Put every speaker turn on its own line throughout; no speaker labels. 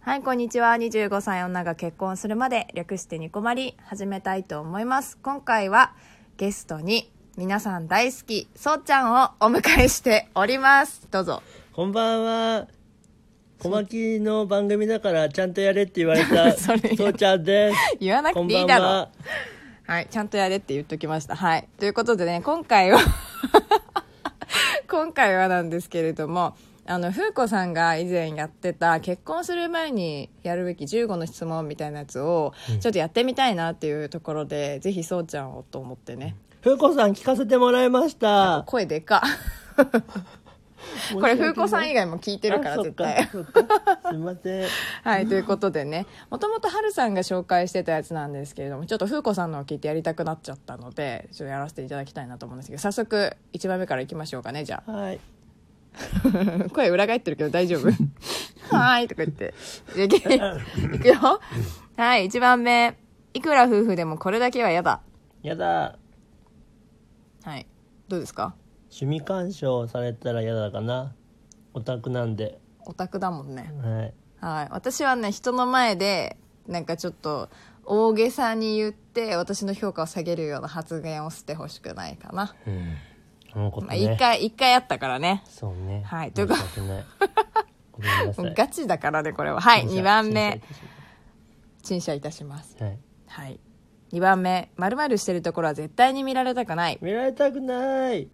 はい、こんにちは。25歳女が結婚するまで、略してニコマリ、始めたいと思います。今回は、ゲストに、皆さん大好き、そうちゃんをお迎えしております。どうぞ。
こんばんは。小牧の番組だからちゃんとやれって言われた、
それ
そうちゃんです。
言わな
こ
く
ん
てい
ば
い
ん
だろ
は。。
はい、ちゃんとやれって言っときました。はい。ということでね、今回は、今回はなんですけれども、あの、風子さんが以前やってた結婚する前にやるべき15の質問みたいなやつを、ちょっとやってみたいなっていうところで、ぜひそうちゃんをと思ってね。
ふうこさん聞かせてもらいました。
声で か。これ、風子さん以外
外
も聞いてるから、絶対。
そっかそっかすいません。
はい、ということでね、もともと春さんが紹介してたやつなんですけれども、ちょっと風子さんのを聞いてやりたくなっちゃったので、ちょっとやらせていただきたいなと思うんですけど、早速、1番目からいきましょうかね、じゃ
はい。
あ。 声裏返ってるけど大丈夫 はーい、とか言って。じゃあいけ、いくよ。はい、1番目。いくら夫婦でもこれだけは嫌だ。
やだ。
はい。どうですか
趣味干渉されたらやだかな。オタクなんで。
オタクだもんね。
はい。
はい、私はね人の前でなんかちょっと大げさに言って私の評価を下げるような発言をしてほしくないかな、
うん。このこと
まあ、一
ね。
回一回あったからね
そうね。
はいというか
申し訳ない。ごめん なさい。
ガチだからねこれははい
申し
2
訳
番目。陳謝いたします
はい。
はい2番目まるしてるところは絶対に見られたくない
見られたくない。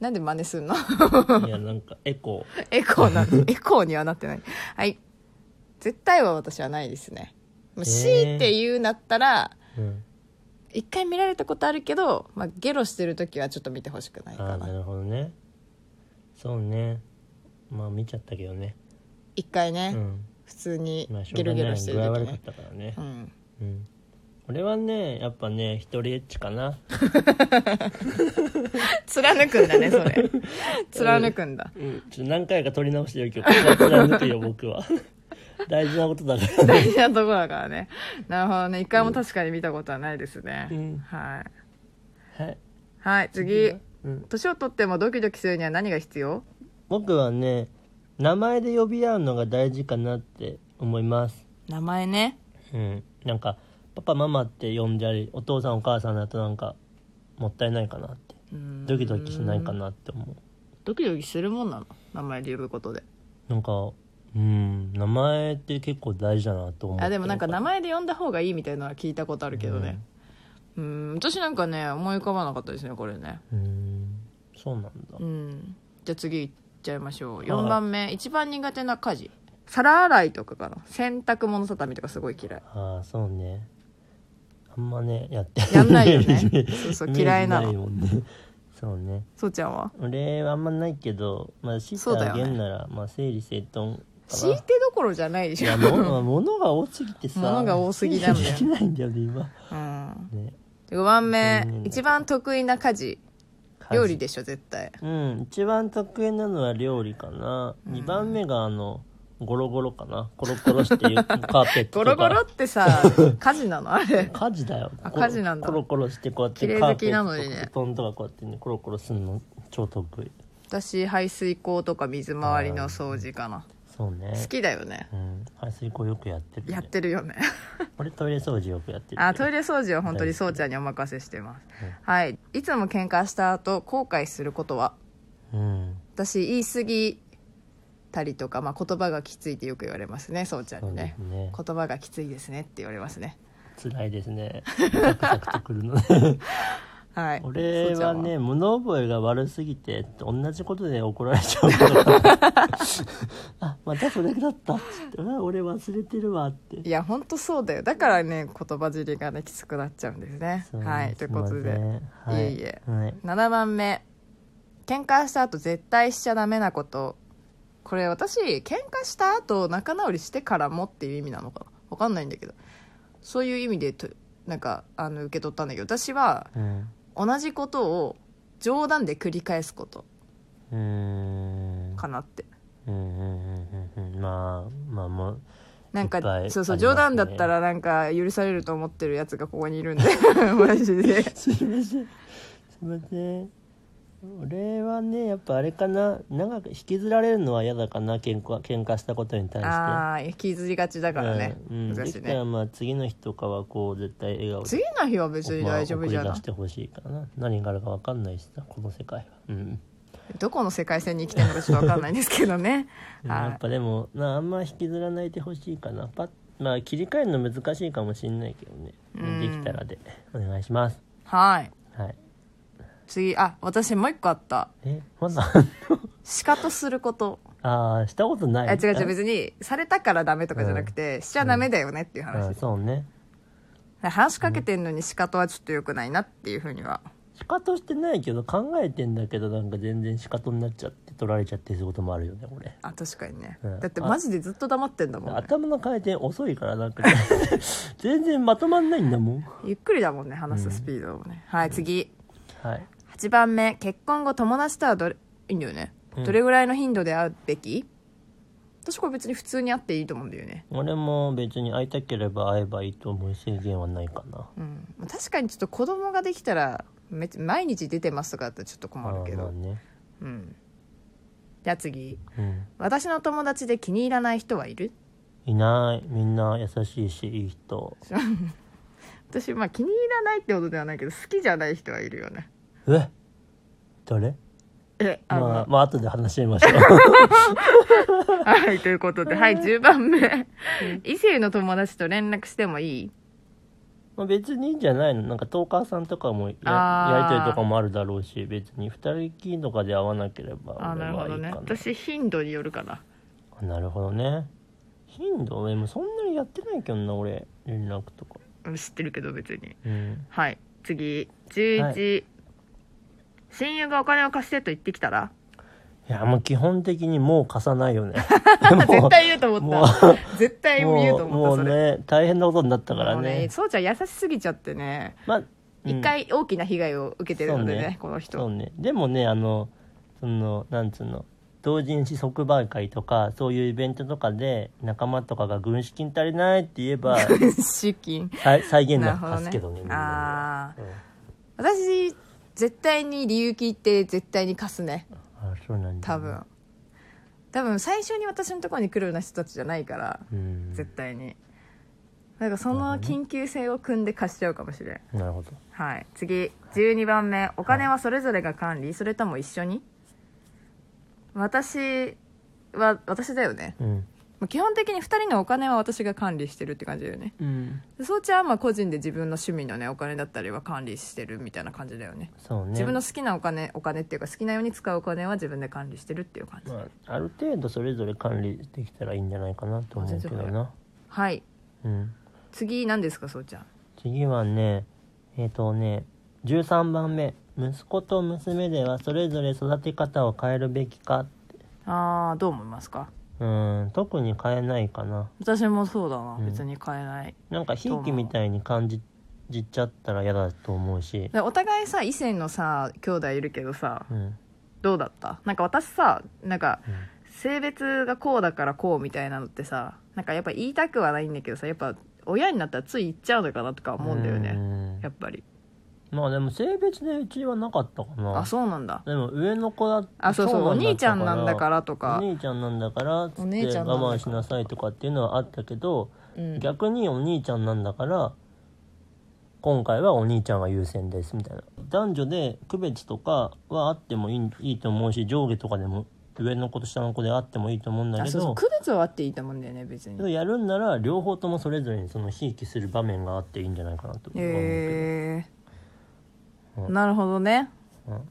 なんで真似すんの
いや、なんかエコー。
エコーなエコーにはなってないはい絶対は私はないですねもう強いて言うなったら、
うん、
一回見られたことあるけど、まあ、ゲロしてる時はちょっと見てほしくない
あ
か
あ
な
なるほどねそうねまあ見ちゃったけどね
一回
う
ね、
ん
普通に
まあしょ
ゲ
う
ロ
が
ゲ
な
ロ
い
して
具
る
合
時
悪かっ
ね、
たからね
うん、
うん俺はねやっぱね一人エッチかな
貫くんだねそ れ貫くんだ、
うんちょっと何回か撮り直してるけどここは貫くよ 僕は大事なことだから
大事なとこだからねなるほどね一回も確かに見たことはないですね、
うん
はい、
はい
はい、次
うん、
年を取ってもドキドキするには何が必要
僕はね名前で呼び合うのが大事かなって思います
名前ね
うんなんかパパママって呼んじゃりお父さんお母さんだとなんかもったいないかなって
うん
ドキドキしないかなって思う
ドキドキするもんなの名前で呼ぶことで
なんかうん名前って結構大事だなと思って
あでもなんか名
前
前で呼んだ方がいいみたいなのは聞いたことあるけどね、うん私なんかね思い浮かばなかったですねこれね
うんそうなんだ、
うんじゃあ次いっちゃいましょう4番目一番苦手な家事皿洗いとかかな洗濯物畳とかすごい嫌い
ああそうねあんまねやって
やんないよね
イメージ
そうそう
イメージ
嫌いなの
いもんねそうね
そうちゃんは
俺はあんまないけどまあシ
そう
ー
だ
タ
よ
あ
ね
げんなら、まあ整理整頓か
敷い
な
てどころじゃないで
い
しょ
や物物が多すぎてさ
物が多すぎなんだよ
整理できないんだよね今
うん
ね
5番目
うん
一番得意な家事
家事
料理でしょ絶対
うん一番得意なのは料理かな、
うん
二番目があのゴロゴロかなコロコロしていうカーペット
ゴ
と
ロ
か
ゴロってさ 家事なのあれ
家事だよ
あ
コロ
家事なんだ
コロコロしてこうやっ
綺麗
てカ
好
ー
き
ペ
なのに
ッ
ね
トとか布団とかこうやってねコロコロするの超得意
私排水口とか水回りの掃除かな
そうね
好きだよね
うん排水口よくやってる、ね、
やってるよ ね
俺トイレ掃除よくやってる
あトイレ掃除は本当に
大好き
そうちゃんにお任せしてます
うん、
はい、いつも喧嘩した後後悔することは
うん
私言い過ぎたりとか、まあ、言葉がきついってよく言われますねそうちゃん
そう
に
で
ね
すね
言葉がきついですねって言われますね
辛いですねサクサクとくるのね
はい
俺は
そうちゃん
ね物覚えが悪すぎて同じことで怒られちゃうことが あまたそれだったっつってあ俺忘れてるわって
いや本当そうだよだからね言葉尻がねきつくなっちゃうんですね
そう
はいということ
す
で
ませんはい
いえいえ
はい、
7番目喧嘩した後絶対しちゃダメなことこれ私喧嘩した後仲直りしてからもっていう意味なのかなわかんないんだけどそういう意味でとなんかあの受け取ったんだけど私は
うん
同じことを冗談で繰り返すこと
うーん
かなって
うんうんうんうんうんまあまあも う
なんか、
いっぱい
そうそう、
ありますね
冗談だったらなんか許されると思 ってるやつがここにいるんでマジです
いませんすいません俺はねやっぱあれかな長く引きずられるのは嫌だかな喧嘩喧嘩したことに対して
ああ引きずりがちだからね、
うんうん、
難
で
しい
きたら
ね
まあ次の日とかはこう絶対笑顔で
次の日は別に大丈夫じゃ
ま
な
あ送り出
い
してほしいかな何があるか分かんないしさこの世界はうん
どこの世界線に生きてるのかちょっと分かんないんですけど ね
やっ
はい
ぱでもなあんま引きずらないでほしいかなパッまあ切り替えるの難しいかもしんないけどね
うん
できたらでお願いします
はい
はい
次あ私もう一個あった
え まだ
しかとすること
ああしたことない
あ違う違う別にされたからダメとかじゃなくて、しちゃダメだよねっていう話、
うんそうね
話しかけてんのに仕方はちょっと良くないなっていうふうには
仕方してないけど考えてんだけどなんか全然仕方になっちゃって取られちゃってることもあるよね俺
あ確かにね、
うん
だってマジでずっと黙ってんだもん、ね、
頭の回転遅いからなんか 全然まとまんないんだもん
ゆっくりだもんね話すスピードもね、はい次
はい
8番目結婚後友達とはどれいいんだよね、
うん
どれぐらいの頻度で会うべき私これ別に普通に会っていいと思うんだよね
俺も別に会いたければ会えばいいと思う制限はないかな
うん確かにちょっと子供ができたらめ毎日出てますとかだったらちょっと困るけ
あーま
ど
あね
うんじゃあ次
うん
私の友達で気に入らない人はいる
いないみんな優しいしいい人
私まあ気に入らないってことではないけど好きじゃない人はいるよね
え誰
えあの、
まあまあ後で話しましょう
はいということではい10番目異性の友達と連絡してもいい
まあ別にいいんじゃないのなんかトーカーさんとかもやや
あー
りとりとかもあるだろうし別に二人きりとかで会わなければ
あ
俺
なるほ
はいい
ど
か
ね
な
私頻度によるかな
あなるほどね頻度俺もそんなにやってないけどな俺連絡とか
うん知ってるけど別に
うん
はい次11、親友がお金を貸してと言ってきたら
いやもう基本的にもう貸さない よね
絶対言うと思
も
った
う
絶対言うと思
も
っ
う
たそれ
ね大変なことになったから
もう
ね
そうちゃん優しすぎちゃってね
まあうん
一、回大きな被害を受けてるのでね
そうね
この
そ
人
うねでもねあのそのなんつうの同人誌即売会とかそういうイベントとかで仲間とかが軍資金足りないって言 えば
資金
再再現
な
な
る
く
ほど
貸す
ね
けどねみんな
ああ
ね
私絶対に理由聞いて絶対に貸すね
うんあそうなんだ
多分多分最初に私のところに来るような人たちじゃないから
うん
絶対になんかその緊急性を組んで貸しちゃうかもしれん
なるほど
はい次12番目お金はそれぞれが管理それとも一緒に私は私だよね
うん
まあ基本的に2人のお金は私が管理してるって感じだよね
うん
でそうちゃんはまあ個人で自分の趣味のねお金だったりは管理してるみたいな感じだよね
そうね
自分の好きなお金お金っていうか好きなように使うお金は自分で管理してるっていう感じ
まあ、ある程度それぞれ管理できたらいいんじゃないかなと思うけどな、
はい
うん、
次何ですかそうちゃん
次はねえっ、とね13番目息子と娘ではそれぞれ育て方を変えるべきか
あーどう思いますか
うん特に変えないかな
私もそうだな、
うん
別に変えない
なんかひいきみたいに感じじちゃったら嫌だと思うし
でお互いさ異性のさ兄弟いるけどさ
うん
どうだったなんか私さなんか
うん
性別がこうだからこうみたいなのってさなんかやっぱ言いたくはないんだけどさやっぱ親になったらつい言っちゃうのかなとか思うんだよね
ん
やっぱり
まあでも性別でうちはなかったかな
あそうなんだ
でも上の子だ
あそうそうお
長男だった
兄ちゃんなんだからと
お
か
兄ちゃんなんだからっつ
お
って
姉ちゃんなんだから
我慢しなさいとかっていうのはあったけど、
うん
逆にお兄ちゃんなんだから今回はお兄ちゃんが優先ですみたいな男女で区別とかはあってもいいいいと思うし上下とかでも上の子と下の子であってもいいと思うんだ
あ
け
そうそう
ど
区別はあっていいと思うんだよね別
けど
に
やるんなら両方ともそれぞれにそのひいきする場面があっていいんじゃないかなと思うけ
へえ
うん
なるほどね
ど、うん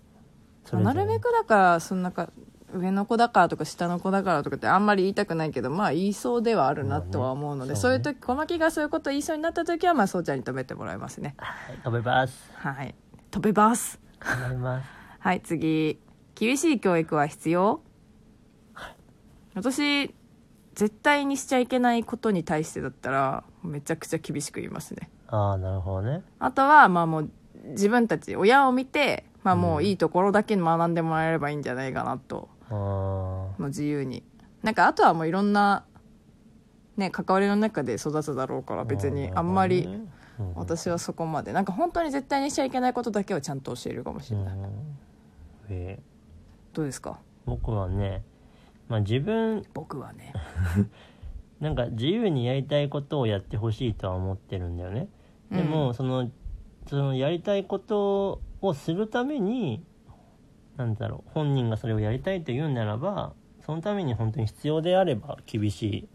それぞ
な
れ
るべくだからそんなか上の子だからとか下の子だからとかってあんまり言いたくないけどまあ言いそうではあるなとは思うので、
まあね
そ
そうう
い
ね
う時小牧がそういうこと言いそうになった時はまあそうちゃんに止めてもらいますね
はい食べます
はい飛べます
頑張ります
はい次厳しい教育は必要私絶対にしちゃいけないことに対してだったらめちゃくちゃ厳しく言いますね
ああなるほどね
あとはまあもう自分たち親を見てまあもういいところだけ学んでもらえればいいんじゃないかなと
あー
もう自由になんかあとはもういろんなね関わりの中で育つだろうから別にあんまり
うん
私はそこまでなんか本当に絶対にしちゃいけないことだけをちゃんと教えるかもし
う
れ
ん
ない、
ええ
どうですか
僕はね、まあ、自分
僕は ね
なんか自由にやりたいことをやってほしいとは思ってるんだよねでも、そのそのやりたいことをするためになんだろう本人がそれをやりたいと言うならばそのために本当に必要であれば厳しい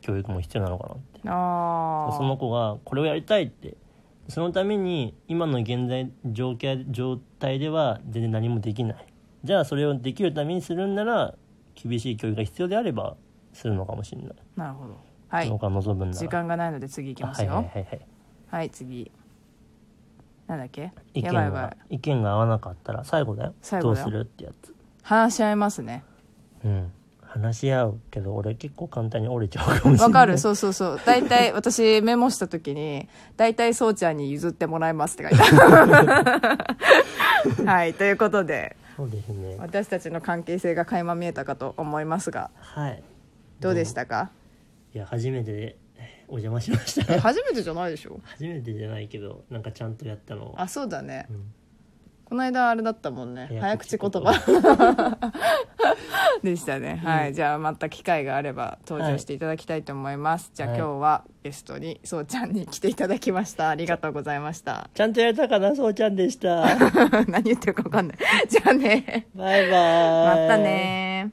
教育も必要なのかなって
ああ
その子がこれをやりたいってそのために今の現在状況状態では全然何もできないじゃあそれをできるためにするんなら厳しい教育が必要であればするのかもしれない、
なるほどは
その
い
子が望むんなら
時間がないので次いきますよ
あ
は
は
いい、
はいはいはい
次なんだっけ
意
や
見
ばいやば
が
い
意見が合わなかったら最後だよ
最後だよ
どうするってやつ
話し合いますね
うん話し合うけど俺結構簡単に折れちゃうかもしれない
わか るそうそうそう大体私メモした時に大体そうちゃんに譲ってもらいますって書いてあ るはいということで
そうですね
私たちの関係性が垣間見えたかと思いますが
はい
どうでしたか
いや初めてでお邪魔しまし
え
た
初めてじゃないでしょ
初めてじゃないけどなんかちゃんとやったのを
あそうだね、
ん
この間あれだったもんね早口言葉 でしたね、はいじゃあまた機会があれば登場していただきたいと思います、じゃあ
はい
今日はゲストにそうちゃんに来ていただきましたありがとうございました
ちゃんとやれたかなそうちゃんでした
何言ってるか分かんないじゃあね
バイバ
ま
イ
たね